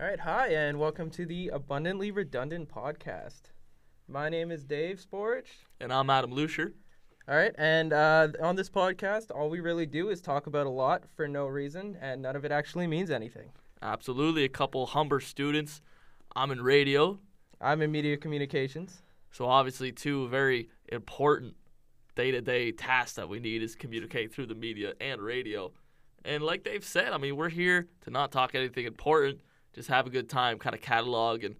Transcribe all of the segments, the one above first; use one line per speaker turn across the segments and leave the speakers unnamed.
All right, hi, and welcome to the Abundantly Redundant Podcast. My name is Dave Sporich.
And I'm Adam Lusher.
All right, and uh, on this podcast, all we really do is talk about a lot for no reason, and none of it actually means anything.
Absolutely, a couple Humber students. I'm in radio,
I'm in media communications.
so obviously two very important day-to-day tasks that we need is communicate through the media and radio. And like Dave said, I mean, we're here to not talk anything important, just have a good time, kind of catalog and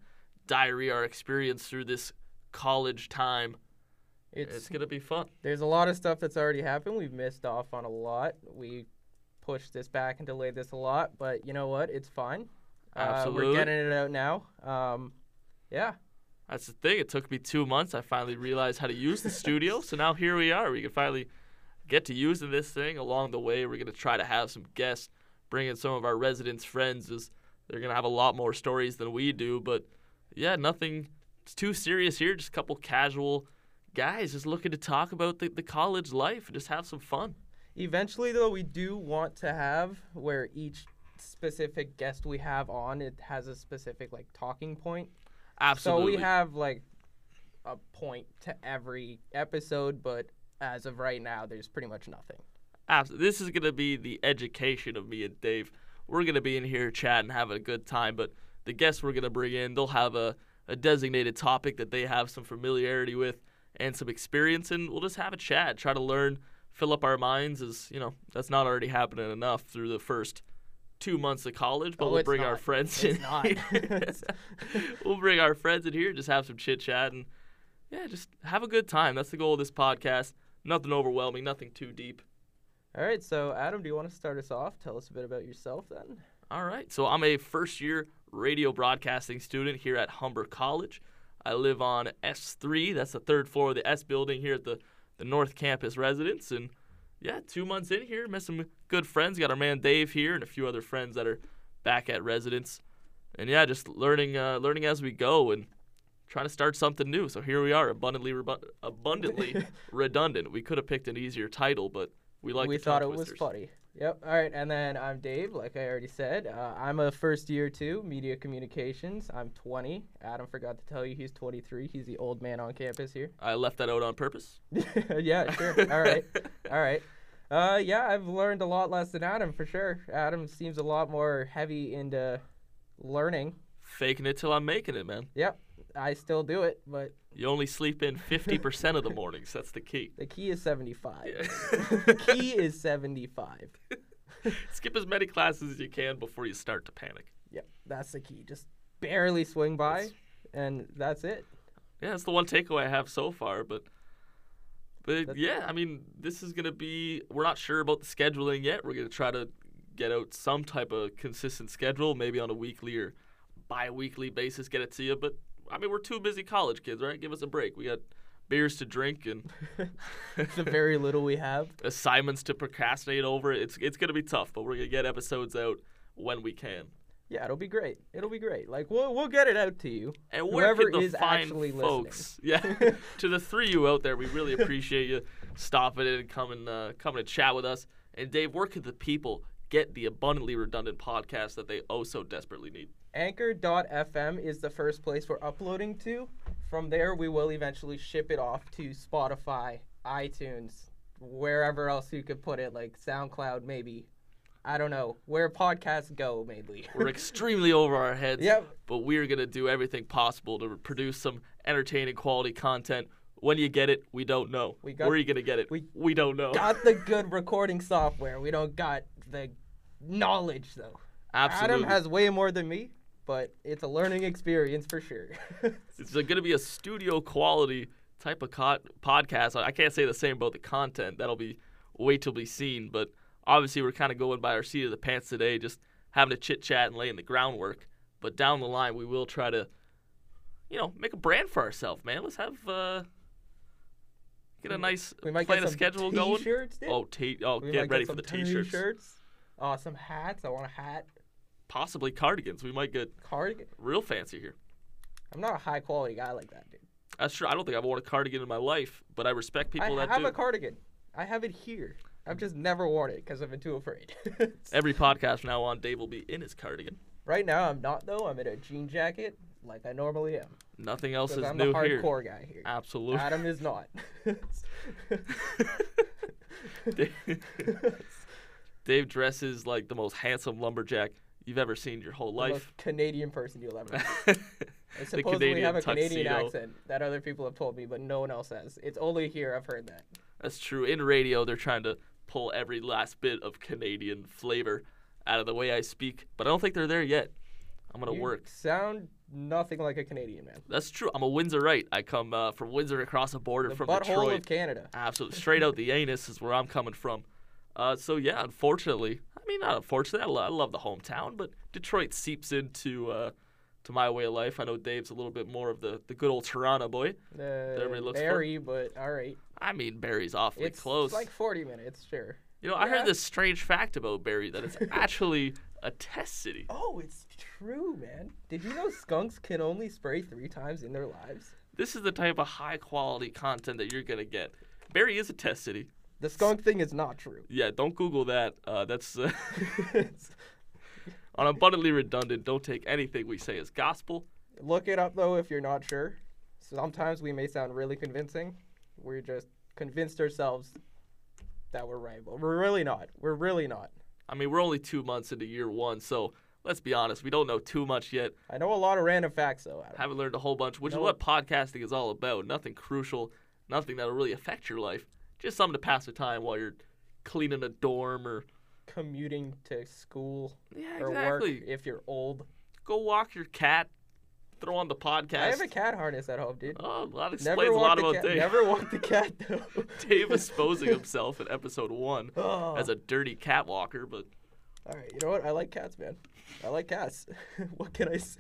diary our experience through this college time. It's,
It's,
gonna be fun.
there's a lot of stuff that's already happened. We've missed off on a lot. We pushed this back and delayed this a lot, but you know what? It's fine. Uh,
Absolutely.
we're getting it out now. Um, yeah.
That's the thing. It took me two months. I finally realized how to use the studio. So now here we are. We can finally get to using this thing. Along the way, we're going to try to have some guests, bring in some of our residents' friends. As they're going to have a lot more stories than we do. But yeah, nothing it's too serious here. Just a couple casual guys just looking to talk about the, the college life and just have some fun.
Eventually, though, we do want to have where each specific guest we have on it has a specific like talking point.
Absolutely.
So we have like a point to every episode, but as of right now, there's pretty much nothing.
Abs- This is going to be the education of me and Dave. We're going to be in here chatting, having a good time, but the guests we're going to bring in, they'll have a, a designated topic that they have some familiarity with and some experience in. We'll just have a chat, try to learn, fill up our minds as, you know, that's not already happening enough through the first two months of college, but
Oh,
we'll
it's
bring our
not.
friends
It's
in.
not.
here. we'll bring our friends in here, just have some chit chat and yeah, just have a good time. That's the goal of this podcast. Nothing overwhelming, nothing too deep.
All right, so Adam, do you want to start us off? Tell us a bit about yourself then.
All right. So I'm a first year radio broadcasting student here at Humber College. I live on S3. That's the third floor of the S building here at the, the North Campus residence. And yeah, two months in here, met some good friends. Got our man Dave here and a few other friends that are back at residence. And yeah, just learning uh, learning as we go and trying to start something new. So here we are, abundantly rebu- abundantly redundant. We could have picked an easier title, but we like
we
the tongue
thought it was
twisters.
funny. Yep. All right, and then I'm Dave. Like I already said, uh, I'm a first year too, media communications. I'm 20. Adam forgot to tell you he's 23. He's the old man on campus here.
I left that out on purpose.
yeah, sure. All right. All right. Uh, yeah, I've learned a lot less than Adam for sure. Adam seems a lot more heavy into learning.
faking it till I'm making it, man.
Yep, I still do it, but
You only sleep in 50% of the mornings. That's the key.
the key is 75.
Yeah.
the key is 75.
Skip as many classes as you can before you start to panic.
Yep, that's the key. Just barely swing by,
That's-
and that's it.
Yeah, that's the one takeaway I have so far, but but
That's-
yeah, I mean, this is going to be we're not sure about the scheduling yet. We're going to try to get out some type of consistent schedule, maybe on a weekly or bi-weekly basis get it to you, but I mean, we're two busy college kids, right? Give us a break. We got beers to drink and
the very little we have.
assignments to procrastinate over. It's it's gonna be tough, but we're gonna get episodes out when we can.
Yeah, it'll be great. It'll be great. Like we'll we'll get it out to you.
And where
Whoever
can the
is
fine
actually
folks? Yeah, to the three of you out there, we really appreciate you stopping in and coming uh, coming to chat with us. And Dave, where could the people get the abundantly redundant podcast that they oh so desperately need?
Anchor.fm is the first place we're uploading to. From there, we will eventually ship it off to Spotify, iTunes, wherever else you could put it, like SoundCloud, maybe. I don't know where podcasts go, mainly.
We're extremely over our heads.
Yep.
But we are going to do everything possible to produce some entertaining quality content. When you get it, we don't know.
We got-
Where are you going to get it?
we
we don't know.
got the good recording software. We don't got the knowledge though.
Absolutely.
Adam has way more than me, but it's a learning experience for sure.
It's going to be a studio quality type of co- podcast. I I can't say the same about the content. That'll be wait till be seen. But obviously, we're kind of going by our seat of the pants today, just having a chit chat and laying the groundwork. But down the line, we will try to, you know, make a brand for ourselves, man. Let's have uh, get a nice
we might
plan
get
of
some
schedule going.
t-shirts, dude.
Oh, t- oh,
we
get
might
ready
get
for
some
the t-shirts.
t-shirts. Uh, some hats. I want a hat.
Possibly cardigans. We might get
Cardigan.
real fancy here.
I'm not a high quality guy like that, dude.
That's true. I don't think I've worn a cardigan in my life, but I respect people
I
that
have
do.
a cardigan. I have it here. I've just never worn it because I've been too afraid.
Every podcast from now on, Dave will be in his cardigan.
Right now, I'm not though. I'm in a jean jacket, like I normally am.
Nothing else
Because
is
I'm
new
the
here.
hardcore guy here.
Absolutely.
Adam is not.
Dave dresses like the most handsome lumberjack you've ever seen in your whole
the
life.
most Canadian person you'll ever. meet. I
the
supposedly have a Canadian
tuxedo.
accent that other people have told me, but no one else has. It's only here I've heard that.
That's true. In radio, they're trying to pull every last bit of Canadian flavor out of the way I speak, but I don't think they're there yet. I'm gonna
You
work.
Sound nothing like a Canadian man.
That's true. I'm a Windsorite. I come uh, from Windsor across the border
The
from
butthole
Detroit.
of Canada.
Absolutely. Straight out the anus is where I'm coming from. Uh, so, yeah, unfortunately, I mean, not unfortunately, I, lo- I love the hometown, but Detroit seeps into uh, to my way of life. I know Dave's a little bit more of the, the good old Toronto boy.
Uh,
everybody looks for it.
very, but all right.
I mean, Barry's awfully
It's
close.
like 40 minutes, sure.
you know, I
yeah.
heard this strange fact about Barry that it's actually a test city.
Oh, it's true, man. Did you know skunks can only spray three times in their lives?
This is the type of high quality content that you're going to get. Barry is a test city.
The skunk thing is not true.
Yeah, don't Google that. Uh, that's. Uh, on abundantly redundant. Don't take anything we say as gospel.
Look it up though if you're not sure. Sometimes we may sound really convincing. We're just convinced ourselves that we're right, but we're really not. We're really not.
I mean, we're only two months into year one, so let's be honest, we don't know too much yet.
I know a lot of random facts though. Adam.
Haven't learned a whole bunch, which
No.
is what podcasting is all about. Nothing crucial, nothing that'll really affect your life. Just something to pass the time while you're cleaning a dorm or
Commuting to school
yeah,
or
exactly.
work if you're old.
Go walk your cat, throw on the podcast.
I have a cat harness at home, dude.
Oh, that
Never
explains a
walked
lot
the
about
cat.
Dave.
Never walked the cat though.
Dave exposing himself in episode one
Oh.
as a dirty cat walker, but
All right, you know what? I like cats, man. I like cats. what can I, s-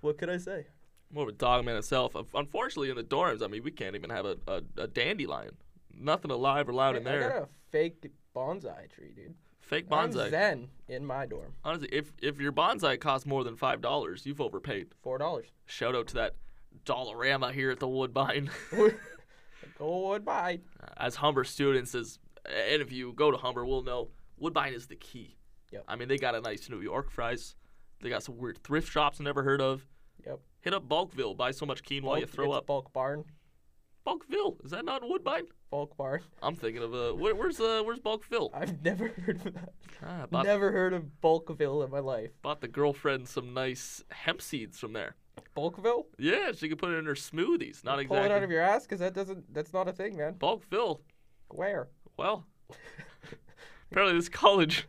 what can I say?
more of a dog man itself. Unf- Unfortunately, in the dorms, I mean, we can't even have a, a, a dandelion. Nothing alive or loud in
I
there.
got a fake bonsai tree, dude.
Fake
I'm
bonsai.
zen in my dorm.
Honestly, if if your bonsai costs more than five dollars, you've overpaid.
Four dollars.
Shout out to that Dollarama here at the Woodbine.
Goodbye.
as Humber students, as and if you go to Humber, we'll know Woodbine is the key.
Yep.
I mean, they got a nice New York fries. They got some weird thrift shops I never heard of.
Yep.
Hit up Bulkville. Buy so much quinoa you
Bulk-
throw
it's
up.
Bulk barn.
Bulkville is that not in Woodbine?
Bulk barn.
I'm thinking of uh, where, where's uh, where's Bulkville?
I've never heard of that.
Ah, bought,
Never heard of Bulkville in my life.
bought the girlfriend some nice hemp seeds from there.
Bulkville?
Yeah, she could put it in her smoothies. Not
Pull
exactly.
it out of your ass, cause that doesn't. That's not a thing, man.
Bulkville.
Where?
Well, apparently this college,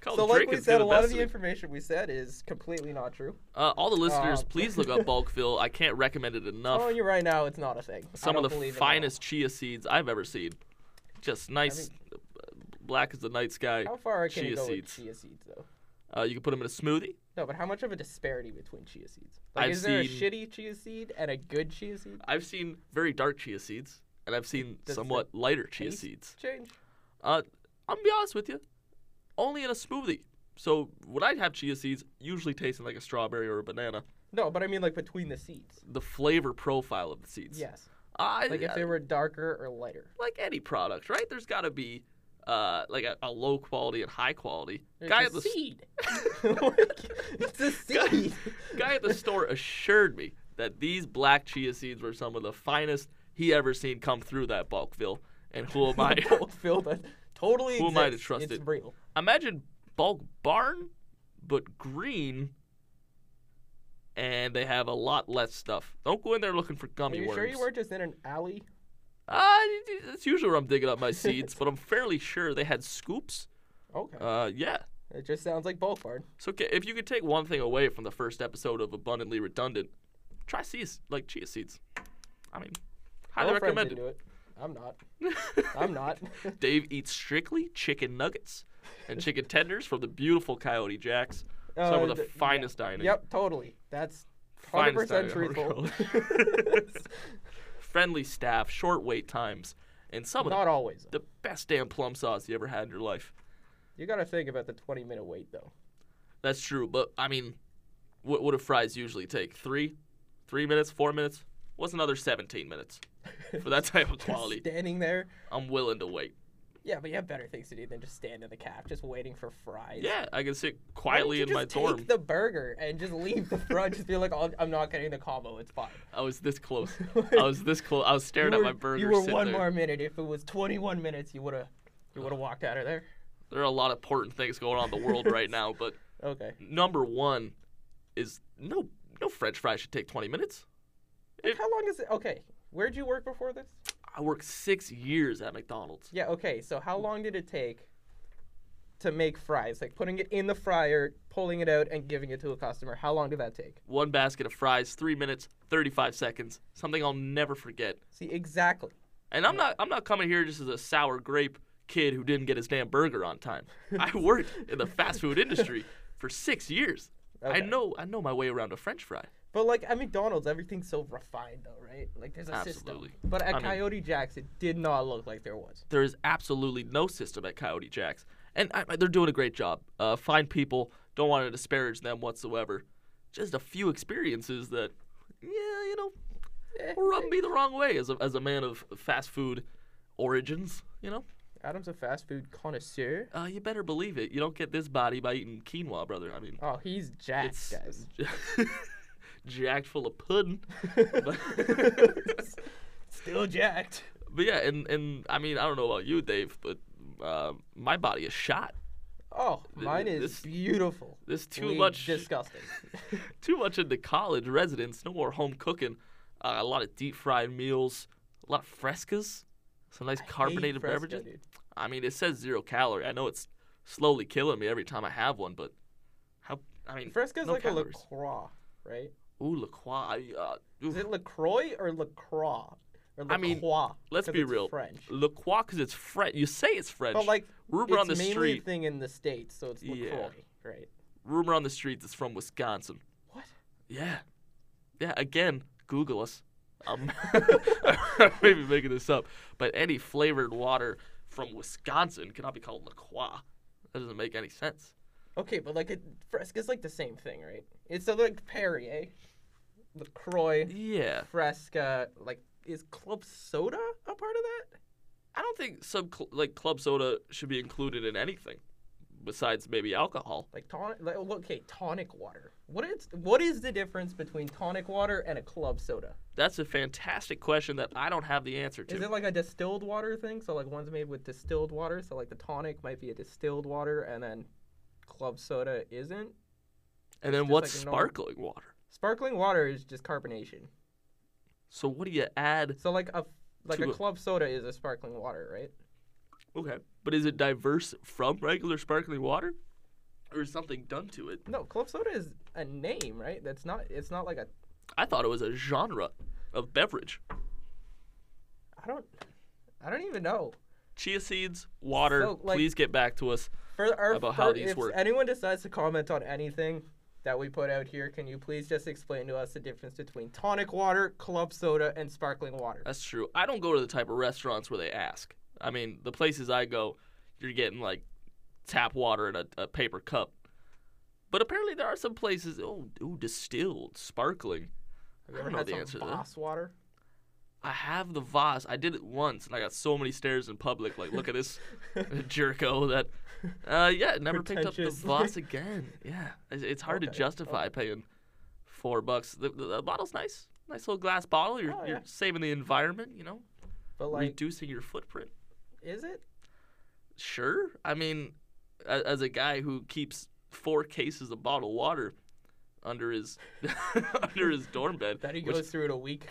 college
so, like
Oh, drink
we
is
said, a
doing
lot of
best
the
to me.
information we said is completely not true.
uh, all the listeners,
Um,
please look up Bulkville. I can't recommend it
I'm
enough.
telling Oh, you right now, it's not a thing. I
Some
don't
of the
believe it at all.
finest chia seeds I've ever seen. Just nice, uh, black as the night sky.
How far can
chia
you go
seeds.
with chia seeds, though?
Uh, you can put them in a smoothie.
No, but how much of a disparity between chia seeds? Like,
I've
is there
seen-
a shitty chia seed and a good chia seed?
I've seen very dark chia seeds, and I've seen
Does it
somewhat lighter chia
taste
seeds.
Change.
Uh, I'm gonna be honest with you, only in a smoothie. So when I have chia seeds, usually tasting like a strawberry or a banana,
No, but I mean like between the seeds.
the flavor profile of the seeds.
Yes.
I, uh,
Like if they were darker or lighter.
like any product, right? There's got to be uh, like a, a low quality and high quality.
It's
guy
a
at the s-
seed. it's a seed.
guy at the store assured me that these black chia seeds were some of the finest he ever seen come through that Bulkville. And who am I?
Bulk filled. That totally.
Who am I to
exists.
trust
it's
it?
real.
Imagine Bulk Barn, but green. And they have a lot less stuff. Don't go in there looking for
Are
gummy
you
worms.
sure you weren't just in an alley?
Uh, that's usually where I'm digging up my seeds, but I'm fairly sure they had scoops.
Okay.
Uh, yeah,
it just sounds like bulk barn.
So ca- if you could take one thing away from the first episode of Abundantly Redundant, try sea like chia seeds. I mean, highly
Girlfriend's
recommended.
into it. I'm not. I'm not.
Dave eats strictly chicken nuggets and chicken tenders from the beautiful Coyote Jacks. Some
Uh,
of the
th- yeah.
finest dining.
Yep, totally. That's hundred
Finest
percent
dining in
truthful.
Humber College. Friendly staff, short wait times, and some of
Not always.
the, the best damn plum sauce you ever had in your life.
You gotta think about the 20 minute wait though.
That's true, but I mean, what, what do fries usually take? Three, three minutes, four minutes? What's another 17 minutes for that type of quality?
Standing there,
I'm willing to wait.
Yeah, but you have better things to do than just stand in the caf just waiting for fries.
Yeah, I can sit
Why don't
quietly
you
in my
just take
dorm.
the burger and just leave the front. just be like, "Oh, I'm not getting the combo. It's fine.
I was this close. I was this close. I was staring
you
at
were,
my burger.
You were
sitting
one
there.
more minute. If it was 21 minutes, you would have, you would have walked out of there.
There are a lot of important things going on in the world right now, but
Okay.
number one is no no French fries should take 20 minutes.
Like,
It-
how long is it? Okay. Where'd you work before this?
I worked six years at McDonald's.
Yeah. Okay. So how
Mm.
long did it take to make fries? Like putting it in the fryer, pulling it out, and giving it to a customer. How long did that take?
One basket of fries, three minutes, 35 seconds. Something I'll never forget.
See exactly.
And I'm not I'm not coming here just as a sour grape kid who didn't get his damn burger on time. I worked in the fast food industry for six years. I
Okay.
know I know my way around a French fry.
But like at McDonald's, everything's so refined though, right? Like there's a
Absolutely.
system. But at
I mean-
Coyote Jack's, it did not look like there was.
There is absolutely no system at Coyote Jacks, and I, I- they're doing a great job. Uh, fine people. Don't want to disparage them whatsoever. Just a few experiences that, yeah, you know,
Eh,
rub me the wrong way as a, as a man of fast food origins. You know,
Adam's a fast food connoisseur.
uh, you better believe it. You don't get this body by eating quinoa, brother. I mean,
Oh, he's jacked,
it's
guys.
jacked full of pudding.
Still jacked.
But yeah, and and I mean, I don't know about you, Dave, but uh, my body is shot.
Oh, mine is
this-
beautiful.
There's too
We
much
Disgusting.
too much into college residence. No more home cooking. Uh, a lot of deep fried meals. A lot of frescas. Some nice carbonated
Fresca,
beverages.
dude.
I mean, it says zero calorie. I know it's slowly killing me every time I have one, but how? I mean,
Fresca's
no
like
calories.
a LaCroix, right?
Ooh, La Croix. Uh, oof.
Is it LaCroix or LaCroix? Or LaCroix?
I mean, let's
'cause
be
it's
real.
French.
La Croix, because it's French. You say it's French.
But like,
rumor
it's
on the
mainly
street.
a thing in the states, so it's LaCroix,
Yeah.
right?
rumor on the streets it's from Wisconsin.
What?
Yeah. Yeah, again, Google us. Um, maybe making this up, but any flavored water from Wisconsin cannot be called La Croix. That doesn't make any sense.
Okay, but like, it, Fresca's like the same thing, right? It's uh, like Perrier, LaCroix,
Yeah,
Fresca. Like, is club soda a part of that?
I don't think sub like club soda should be included in anything besides maybe alcohol.
Like tonic, like, well, okay, tonic water. What is what is the difference between tonic water and a club soda?
That's a fantastic question that I don't have the answer to.
Is it like a distilled water thing? So like one's made with distilled water, so like the tonic might be a distilled water, and then club soda isn't.
and then
just
what's
like a normal-
sparkling water?
Sparkling water is just carbonation.
So what do you add?
So like a like
To
a
a-
club soda is a sparkling water, right?
Okay, but is it diverse from regular sparkling water, or is something done to it?
No, club soda is a name, right? That's not. It's not like a.
I thought it was a genre of beverage.
I don't. I don't even know.
Chia seeds, water.
So, like-
please get back to us.
For our,
About
for,
how these
if
work.
anyone decides to comment on anything that we put out here, can you please just explain to us the difference between tonic water, club soda, and sparkling water?
That's true. I don't go to the type of restaurants where they ask. I mean, the places I go, you're getting like tap water in a, a paper cup. But apparently, there are some places. Oh, ooh, distilled, sparkling.
Have you
I
ever
don't know
had
the
some
answer to that.
Boss water?
I have the vase. I did it once, and I got so many stares in public. Like, look at this jerko. That, uh, yeah, never picked up the
Pretentious.
vase again. Yeah, it's, it's hard to
Okay,
justify paying four bucks. The, the, the bottle's nice, nice little glass bottle. You're,
Oh,
you're
yeah.
saving the environment. You know,
But like,
reducing your footprint.
is it?
Sure. I mean, as, as a guy who keeps four cases of bottled water under his under his dorm bed,
That he
which
goes through it a week.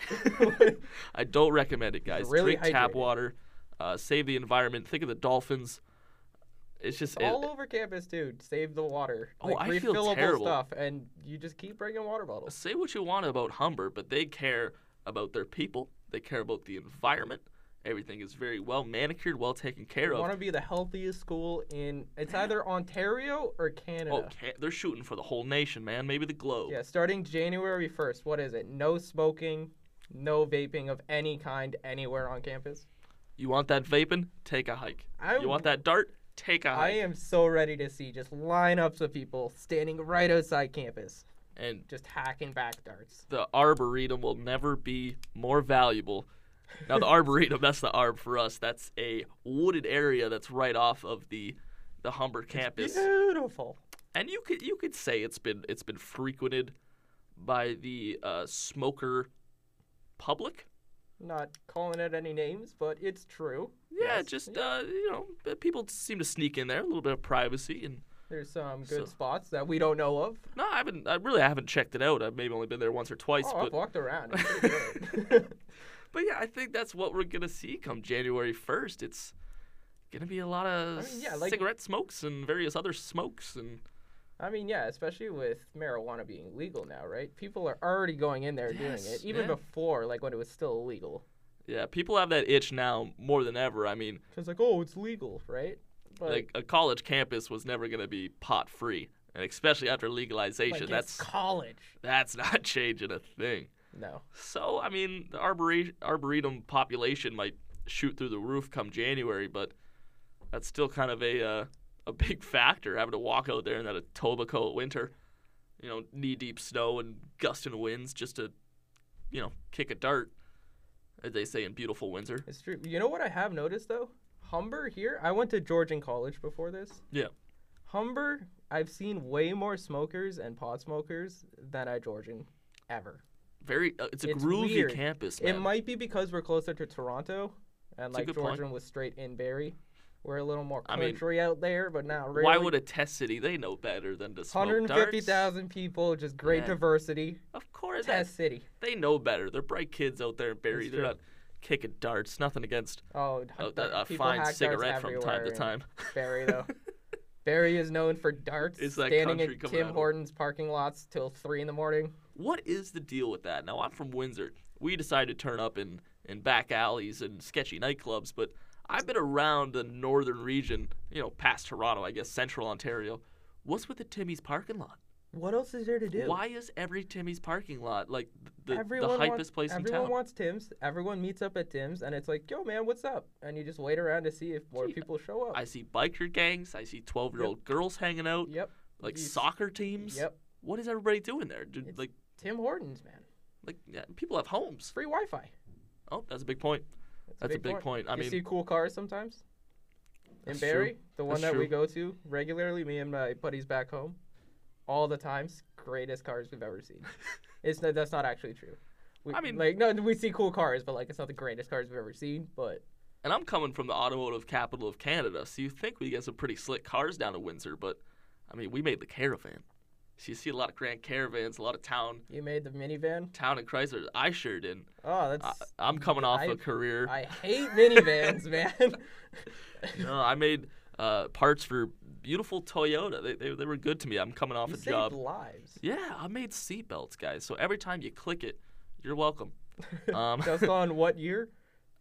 I don't recommend it, guys.
really
Drink tap
hydrated.
water. Uh, save the environment. Think of the dolphins. It's just it-
All over campus, dude. Save the water.
Oh,
like,
I feel
refillable
terrible.
stuff, and you just keep bringing water bottles.
say what you want about Humber, but they care about their people. They care about the environment. Everything is very well manicured, well taken care
You
of.
want to be the healthiest school in. It's either Ontario or Canada.
Oh, ca- they're shooting for the whole nation, man. Maybe the globe.
Yeah, starting January 1st, what is it? No smoking, no vaping of any kind anywhere on campus.
You want that vaping? Take a hike.
I-
you want that dart? Take a
I
hike.
am so ready to see just lineups of people standing right outside campus,
and
just hacking back darts.
the arboretum will never be more valuable Now the arboretum, that's the arb for us. That's a wooded area that's right off of the the Humber campus.
Beautiful.
and you could you could say it's been it's been frequented by the uh, smoker public.
Not calling out any names, but it's true.
Yeah,
Yes.
just uh, you know, but people seem to sneak in there a little bit of privacy, and
There's some good
So-
spots that we don't know of.
no, I haven't. I really haven't checked it out. I've maybe only been there once or twice,
Oh, I've
but
walked around. It's pretty great.
but yeah, I think that's what we're gonna see come January first. It's gonna be a lot of
I mean, yeah, like-
cigarette smokes and various other smokes, and
I mean, yeah, especially with marijuana being legal now, right? People are already going in there doing it,
Yes,
even
yeah.
before, like when it was still illegal.
yeah, people have that itch now more than ever. I mean,
Because like, oh, it's legal, right? But
like a college campus was never gonna be pot free, and especially after
like,
legalization,
it's
that's
college.
that's not changing a thing.
No,
So, I mean, the arbore- arboretum population might shoot through the roof come January, but that's still kind of a uh, a big factor having to walk out there in that Etobicoke at winter, you know, knee deep snow and gusting winds just to, you know, kick a dart, as they say in beautiful Windsor.
it's true. You know what I have noticed though? Humber here. I went to Georgian College before this.
Yeah.
Humber, I've seen way more smokers and pot smokers than at Georgian ever.
Very, uh, it's a
It's
groovy
weird.
campus,
It
man.
might be because we're closer to Toronto, and
It's a
like
good point.
Georgian was straight in Barrie. We're a little more
I mean,
country out there, but not really.
Why would a test city? They know better than to smoke darts.
150,000 people, just great
Yeah.
diversity.
Of course, that-
Test City.
they know better. They're bright kids out there in Barrie.
It's
They're
true.
not kicking darts. Nothing against
Oh,
a,
d-
a, a
people
uh, fine
hack darts
cigarette from time
everywhere
to
in
time.
Barrie though. Barrie is known for darts.
It's that
standing
country
in
coming
Tim
out.
Hortons parking lots till three in the morning.
What is the deal with that? Now I'm from Windsor. We decided to turn up in in back alleys and sketchy nightclubs, but I've been around the northern region, you know, past Toronto, I guess central Ontario. What's with the Timmy's parking lot?
What else is there to do?
Why is every Timmy's parking lot like the, the
everyone
hypest
wants,
place in
everyone
town?
wants Tim's. Everyone meets up at Tim's, and it's like, yo, man, what's up? And you just wait around to see if more
Gee,
people show up.
I see biker gangs. I see 12 year old girls hanging out,
yep.
like
these-
soccer teams.
Yep.
What is everybody doing there? Dude,
It's-
like,
Tim Hortons, man.
like yeah, people have homes.
Free Wi-Fi.
Oh, that's a big point. That's a big point. I
you
mean-
see cool cars sometimes. In
That's true.
Barrie, the one that
That's
we
true.
go to regularly, me and my buddies back home, all the times, greatest cars we've ever seen. it's no, that's not actually true. We,
I mean-
like no, we see cool cars, but like it's not the greatest cars we've ever seen. But
And I'm coming from the automotive capital of Canada, so you think we get some pretty slick cars down to Windsor, but I mean, we made the caravan. So you see a lot of grand caravans, a lot of town,
you made the minivan.
town and Chrysler. I sure didn't.
Oh,
I,
that's
I'm coming off a
I-
career.
I hate minivans, man.
no, I made uh, parts for beautiful Toyota. They, they, they were good to me. I'm coming off
you
a
saved
job.
lives.
Yeah, I made seatbelts, guys. So every time you click it, you're welcome. Um,
Just on what year?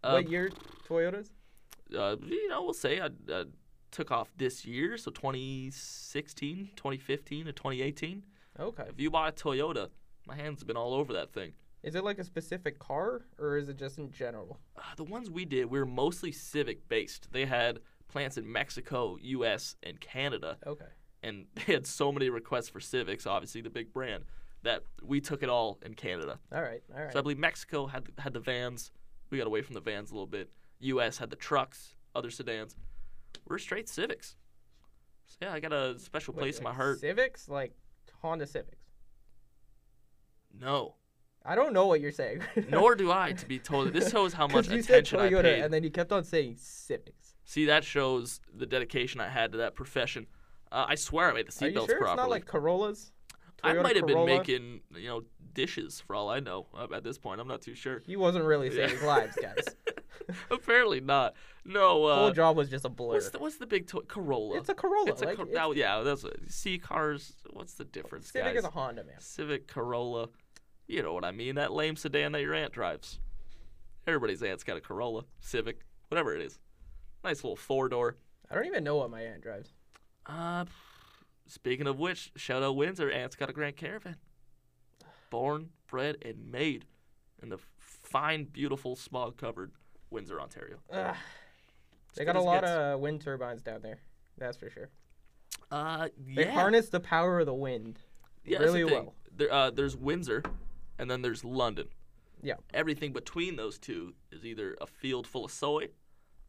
uh,
what year? Toyotas.
uh, you know, we'll say I uh, took off this year, so 2016, 2015, and 2018.
Okay.
If you buy a Toyota, my hands have been all over that thing.
Is it like a specific car, or is it just in general?
Uh, the ones we did, we were mostly civic based. They had plants in Mexico, U.S., and Canada,
Okay.
and they had so many requests for civics, obviously the big brand, that we took it all in Canada.
All right. All right.
So I believe Mexico had the, had the vans. We got away from the vans a little bit. U.S. had the trucks, other sedans. We're straight civics. So yeah, I got a special
Wait,
place in my
like
heart.
Civics, like Honda Civics.
no,
I don't know what you're saying.
nor do I. To be told, this shows how much
'Cause you said
attention I
Toyota,
paid.
and then you kept on saying Civics.
See, that shows the dedication I had to that profession. Uh, I swear I made the
Are you
seatbelts
sure it's
properly.
not like Corollas?
I
Toyota
might have been
Corolla?
making you know dishes for all I know uh, at this point. I'm not too sure.
He wasn't really
Yeah.
saving lives, guys.
Apparently not. No.
Whole
Uh,
job was just a blur.
what's the what's the big to- Corolla?
It's a Corolla.
It's a
like,
Cor-
it's-
oh, yeah. That's a, see cars. What's the difference,
Civic
guys?
is a Honda, man.
Civic Corolla. You know what I mean? That lame sedan that your aunt drives. Everybody's aunt's got a Corolla, Civic, whatever it is. Nice little four door.
I don't even know what my aunt drives.
Uh, speaking of which, shout out Windsor. Ant's got a Grand Caravan. Born, bred, and made in the fine, beautiful, smog covered Windsor, Ontario.
Ugh.
As
They
good
got a
as it
lot
gets.
of wind turbines down there. That's for sure.
Uh,
They
yeah.
harness the power of the wind.
yeah, that's the
really
thing.
well.
There, uh, there's Windsor, and then there's London.
Yeah.
Everything between those two is either a field full of soy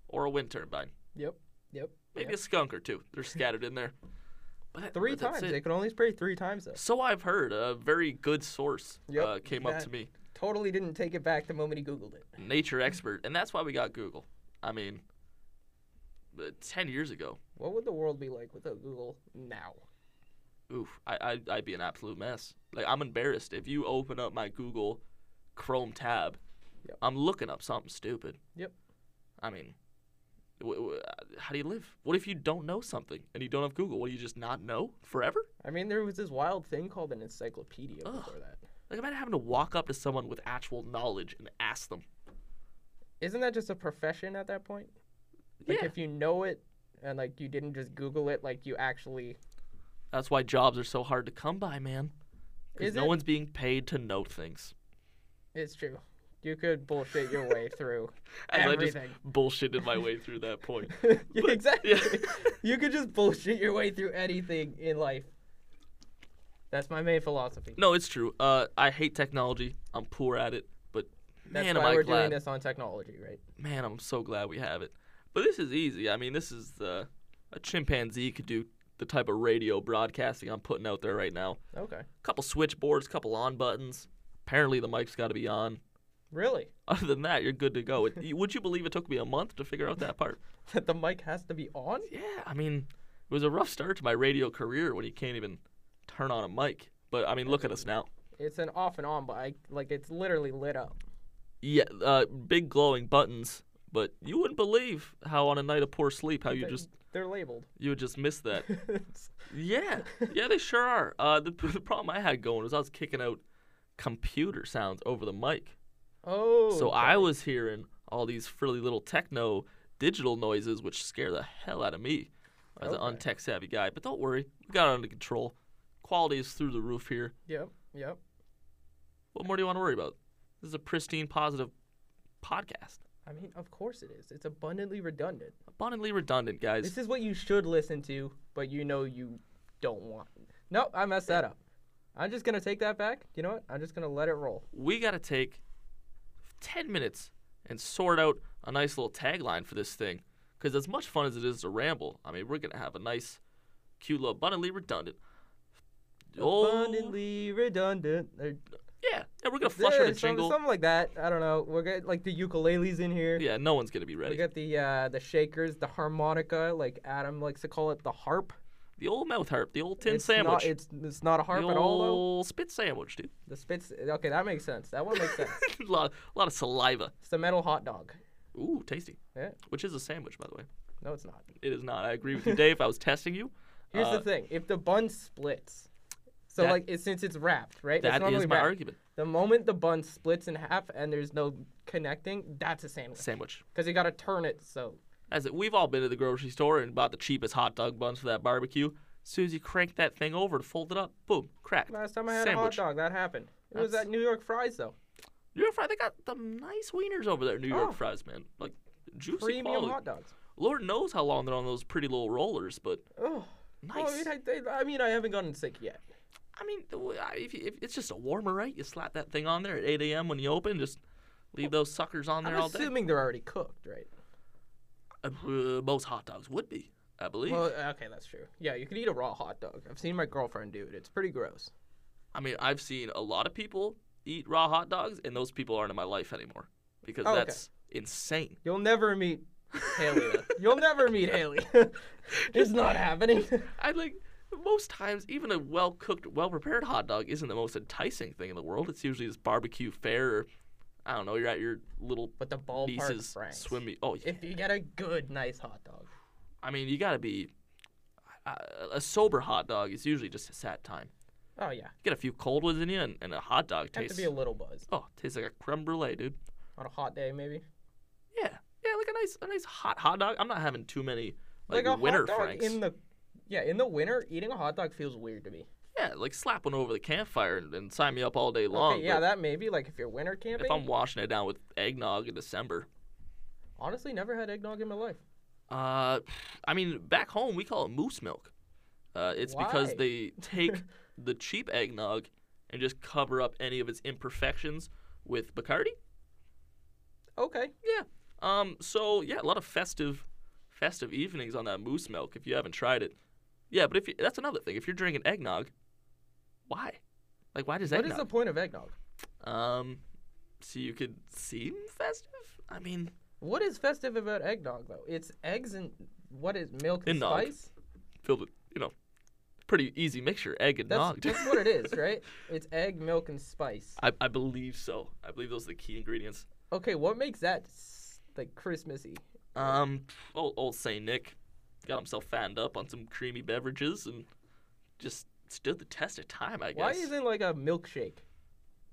or a wind turbine.
Yep. Yep.
Maybe
yep.
a skunk or two. They're scattered in there. But that-
three
but that's
times.
it.
They can only spray three times though.
So I've heard. A very good source
Yep,
uh, came up
that-
to me,
Totally didn't take it back the moment he googled it.
nature expert, and that's why we got Google. I mean, uh, ten years ago,
What would the world be like without Google now?
oof, I, I I'd be an absolute mess. Like I'm embarrassed if you open up my Google Chrome tab,
Yep.
I'm looking up something stupid.
Yep.
I mean, w- w- how do you live? What if you don't know something and you don't have Google? What do you just not know forever?
I mean, there was this wild thing called an encyclopedia
Ugh.
before that.
Like imagine having to walk up to someone with actual knowledge and ask them.
Isn't that just a profession at that point? Like
yeah,
if you know it and like you didn't just Google it, like you actually
that's why jobs are so hard to come by, man. Because
Is
no
it?
one's being paid to know things.
it's true. You could bullshit your way through
As I
Everything.
just bullshitted my way through that point.
Yeah,
But-
exactly.
yeah.
you could just bullshit your way through anything in life. That's my main philosophy.
No, it's true. Uh, I hate technology. I'm poor at it. But
That's
man, am
why
I
we're
glad.
doing this on technology, right?
Man, I'm so glad we have it. But this is easy. I mean, this is uh, a chimpanzee could do the type of radio broadcasting I'm putting out there right now.
Okay.
couple switchboards, couple on buttons. Apparently, the mic's got to be on.
Really?
Other than that, you're good to go. It, you- would you believe it took me a month to figure out that part?
That the mic has to be on?
Yeah, I mean, it was a rough start to my radio career when you can't even turn on a mic. But I mean, look at us now.
It's an off and on, but I, like it's literally lit up.
Yeah, uh, big glowing buttons. But you wouldn't believe how on a night of poor sleep, how Oh, you
They-
just
They're labeled.
you would just miss that. Yeah, yeah, they sure are. Uh, the, the problem I had going was I was kicking out computer sounds over the mic,
oh.
so I
okay.
was hearing all these frilly little techno digital noises, which scare the hell out of me as an
Okay.
untech savvy guy. But don't worry, we got it under control. Quality is through the roof here.
Yep. Yep.
What more do you want to worry about? This is a pristine, positive podcast.
I mean, of course it is. It's abundantly redundant.
Abundantly redundant, guys.
This is what you should listen to, but you know you don't want. No, I messed that up. I'm just gonna take that back. You know what? I'm just gonna let it roll.
we got to take 10 minutes and sort out a nice little tagline for this thing. Because as much fun as it is to ramble, I mean, we're going to have a nice, cute little abundantly redundant. Oh,
Abundantly redundant. Or,
Yeah, yeah, we're going to flush out
Yeah,
a
some-
jingle.
something like that. I don't know. We're got like the ukuleles in here.
Yeah, no one's going to be ready.
We got the uh, the shakers, the harmonica, like Adam likes to call it, the harp.
the old mouth harp, the old tin
it's
sandwich.
Not, it's it's not a harp
the
at all though.
old spit sandwich, dude.
The spits. Okay, that makes sense. That one makes sense.
a, lot, a lot of saliva.
It's the metal hot dog.
Ooh, tasty.
Yeah.
Which is a sandwich, by the way.
No, it's not.
It is not. I agree with you, Dave. I was testing you.
Here's
Uh,
the thing: if the bun splits, so
That-
like it, since it's wrapped, right? it's
That
normally
is my
wrapped.
argument.
The moment the bun splits in half and there's no connecting, that's a sandwich.
Sandwich.
Because you gotta turn it. So
As it, we've all been to the grocery store and bought the cheapest hot dog buns for that barbecue. As soon as you crank that thing over to fold it up, boom, crack.
last time I had
sandwich.
a hot dog, that happened. It was
That's-
at New York Fries though.
New York fry, they got the nice wieners over there. New York
Oh.
fries, man, like juicy
Premium
quality.
hot dogs.
Lord knows how long they're on those pretty little rollers, but
Oh,
nice.
I, mean, I, they- I mean, I haven't gotten sick yet.
I mean, the way- I- if, you- if it's just a warmer, right? You slap that thing on there at 8 a.m. when you open, just leave those suckers on there
I'm
all day.
assuming they're already cooked, right?
Uh, most hot dogs would be, I believe.
Well, okay, that's true. Yeah, you could eat a raw hot dog. I've seen my girlfriend do it. It's pretty gross.
I mean, I've seen a lot of people eat raw hot dogs, and those people aren't in my life anymore because
Oh, okay.
that's insane.
You'll never meet Haley. though. You'll never meet Haley. it's not happening.
I like most times, even a well cooked, well prepared hot dog isn't the most enticing thing in the world. It's usually just barbecue fare, or I don't know, you're at your little
But the ballpark
niece's
Franks.
swim meet. Oh, yeah.
If you get a good, nice hot dog.
I mean, you gotta be uh, a sober hot dog is usually just a sad time.
Oh yeah,
You get a few cold ones in you, and, and a hot dog
have to
tastes.
be a little buzz
oh, tastes like a creme brulee, dude.
on a hot day, maybe.
Yeah, yeah, like a nice, a nice hot hot dog. I'm not having too many like,
a
winter
hot dog
franks.
in the yeah in the winter, eating a hot dog feels weird to me.
yeah, like slap one over the campfire and, and sign me up all day long.
okay, yeah,
but
that maybe like if you're winter camping.
if I'm washing it down with eggnog in December,
Honestly, never had eggnog in my life.
uh, I mean, back home we call it moose milk. Uh, it's because
Why?
they take the cheap eggnog and just cover up any of its imperfections with Bacardi.
Okay.
Yeah. Um. So yeah, a lot of festive, festive evenings on that moose milk. If you haven't tried it, yeah. But if you, that's another thing. If you're drinking eggnog, why? Like, why does
What
eggnog?
is the point of eggnog?
um. So you could seem festive. I mean,
What is festive about eggnog though? It's eggs and what is milk and
And nog.
spice?
filled with you know, pretty easy mixture, egg and
That's,
nog.
that's what it is, right? It's egg, milk, and spice.
I, I believe so. I believe those are the key ingredients.
Okay, what makes that s- like Christmassy?
Um, old, old Saint Nick got himself fattened up on some creamy beverages and just stood the test of time. I guess.
Why isn't like a milkshake?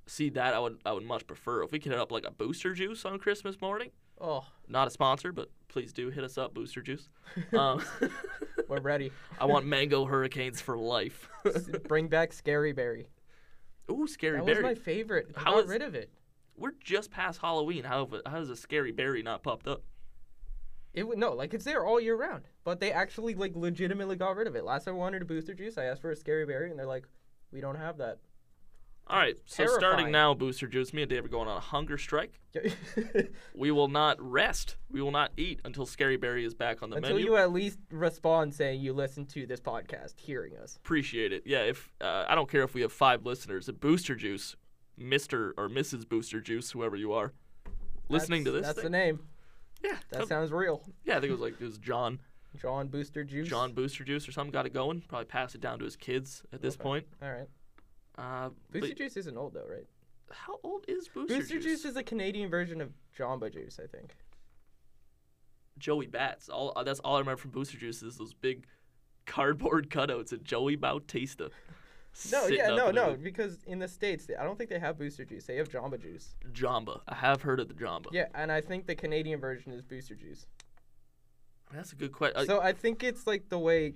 See that I would I would much prefer if we could hit up like a Booster Juice on Christmas morning.
Oh,
Not a sponsor, but please do hit us up, Booster Juice. Um,
we're ready.
I want mango hurricanes for life.
S- Bring back Scary Berry.
Ooh, scary
That was
berry.
my favorite. I
How
got
is-
rid of it.
We're just past Halloween. How have- how is a scary berry not popped up?
It would no, like it's there all year round. But they actually like legitimately got rid of it. Last time I wanted a booster juice, I asked for a scary berry, and they're like, "We don't have that."
All right, so starting
Terrifying.
now, Booster Juice, me and Dave are going on a hunger strike. We will not rest. We will not eat until Scary Berry is back on the
Until
menu.
you at least respond saying you listen to this podcast, hearing us.
Appreciate it. Yeah, if uh, I don't care if we have five listeners, at Booster Juice, Mister or Mrs. Booster Juice, whoever you are, listening to
That's-
this.
That's
thing,
the name.
yeah,
That
come-
sounds real.
yeah. I think it was like it was John,
John Booster Juice.
John Booster Juice or something. Got it going. Probably passed it down to his kids at this
Okay.
point.
All right.
Uh,
Booster
but
Juice isn't old though, right?
how old is Booster,
Booster Juice? is a Canadian version of Jamba Juice, I think.
Joey Bats. All uh, that's all I remember from Booster Juice is those big cardboard cutouts of Joey Bautista.
No,
sitting
yeah,
up
no,
in a
no, because in the states, they, I don't think they have Booster Juice. They have Jamba Juice.
Jamba. I have heard of the Jamba.
Yeah, and I think the Canadian version is Booster Juice.
I mean, that's a good uh, question.
so I think it's like the way,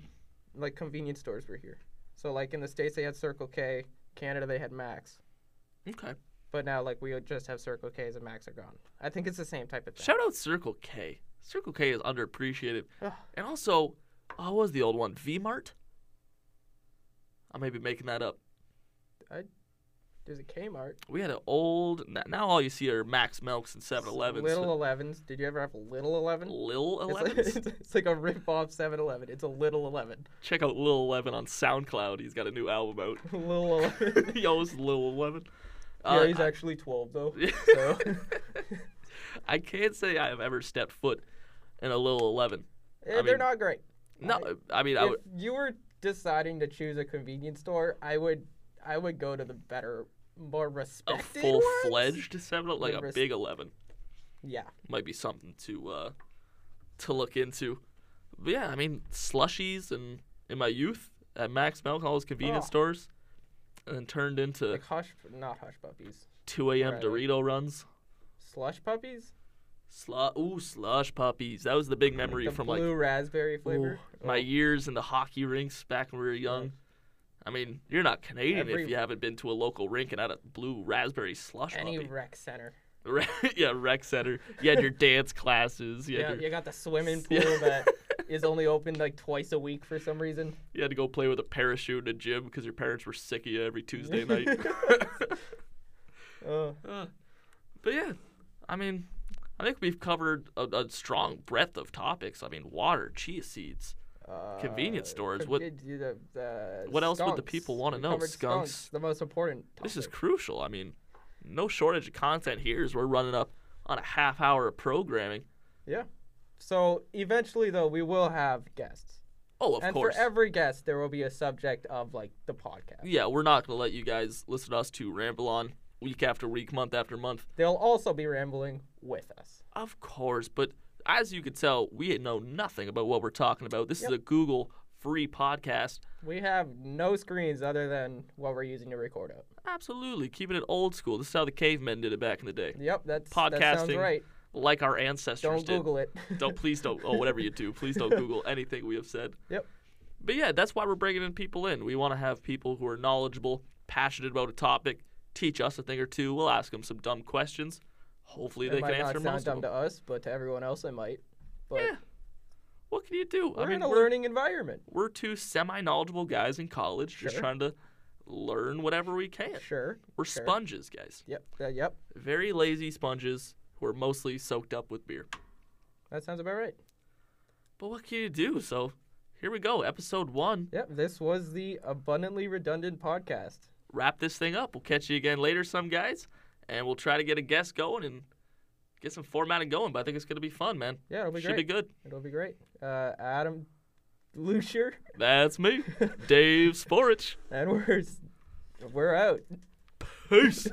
like convenience stores were here. So like in the states, they had Circle K. Canada, they had Max.
okay.
But now, like, we just have Circle K's and Max are gone. I think it's the same type of thing.
Shout out Circle K. Circle K is underappreciated.
Ugh.
And also, oh, what was the old one? V Mart? I may be making that up.
There's a Kmart.
We had an old. n- Now all you see are Max Milks and 7 Elevens.
Little Elevens. Did you ever have a Little Eleven?
Lil
It's like, it's,
Elevens?
like a rip-off 7-Eleven. It's a Little Eleven.
Check out Lil Eleven on SoundCloud. He's got a new album out.
Little Eleven.
Yo, it's Lil Eleven.
yeah, he's
Uh, I-
actually 12, though. so.
I can't say I have ever stepped foot in a Lil Eleven.
Eh,
mean,
They're not great.
No, I, mean, I
if
would.
you were deciding to choose a convenience store, I would I would go to the better, more
A
respected
full
ones.
fledged 7 like a
Never s-
big 11.
Yeah.
might be something to uh, to look into. But yeah, I mean slushies and in my youth at Max Milk and all those convenience
Oh.
stores, and then turned into
Like hush, not hush puppies.
2 a.m.
right.
Dorito runs.
Slush puppies?
Slu- ooh, slush puppies. That was the big memory
The
from like
blue raspberry flavor?
ooh, my
Oh.
years in the hockey rinks back when we were young. I mean, you're not Canadian
Every-
if you haven't been to a local rink and had a blue raspberry slush
any
puppy.
rec center.
yeah, rec center. You had your dance classes. You had,
Yeah,
your,
you got the swimming pool
Yeah.
that is only open like twice a week for some reason.
You had to go play with a parachute in a gym because your parents were sick of you every Tuesday night.
Uh,
Uh, but yeah, I mean, I think we've covered a, a strong breadth of topics. I mean, water, chia seeds. Convenience
uh,
stores,
con-
what-
the- the
what else would the people
skunks.
wanna
We
know?
covered
Skunks.
The most important. Topic.
This is crucial. I mean, no shortage of content here as we're running up on a half hour of programming.
yeah. So eventually, though, we will have guests,
Oh, of
and
course.
for every guest, there will be a subject of like the podcast.
yeah, we're not going to let you guys listen to us to ramble on week after week, month after month.
They'll also be rambling with us.
Of course, but as you can tell, we know nothing about what we're talking about. This is a Google free podcast.
We have no screens other than what we're using to record out.
Absolutely, keeping it old school. This is how the cavemen did it back in the day,
Yep, that's That sounds
Podcasting.
right.
like our ancestors
Don't
did.
Google it.
Don't please don't. Oh, whatever you do, please don't Google anything we have said.
Yep.
But yeah, that's why we're bringing in people in. We want to have people who are knowledgeable, passionate about a topic, teach us a thing or two. We'll ask them some dumb questions. Hopefully,
it
they
might
can
not
answer
sound
most
dumb
of them.
to us, but to everyone else, it might. But
Yeah. What can you do?
we're
I mean,
in a
we're
learning environment.
we're two semi knowledgeable guys in college just
Sure.
trying to learn whatever we can.
Sure.
We're
sure.
sponges, guys.
Yep. uh, yep.
Very lazy sponges who are mostly soaked up with beer.
That sounds about right.
But what can you do? So here we go, episode one.
Yep. This was the abundantly redundant podcast.
Wrap this thing up. We'll catch you again later, some guys, and we'll try to get a guest going and get some formatting going. But I think it's gonna be fun, man.
Yeah, it'll be
Should
great.
be good.
It'll be great. Uh, Adam Lucier,
That's me, Dave Sporich.
and we're we're out.
Peace.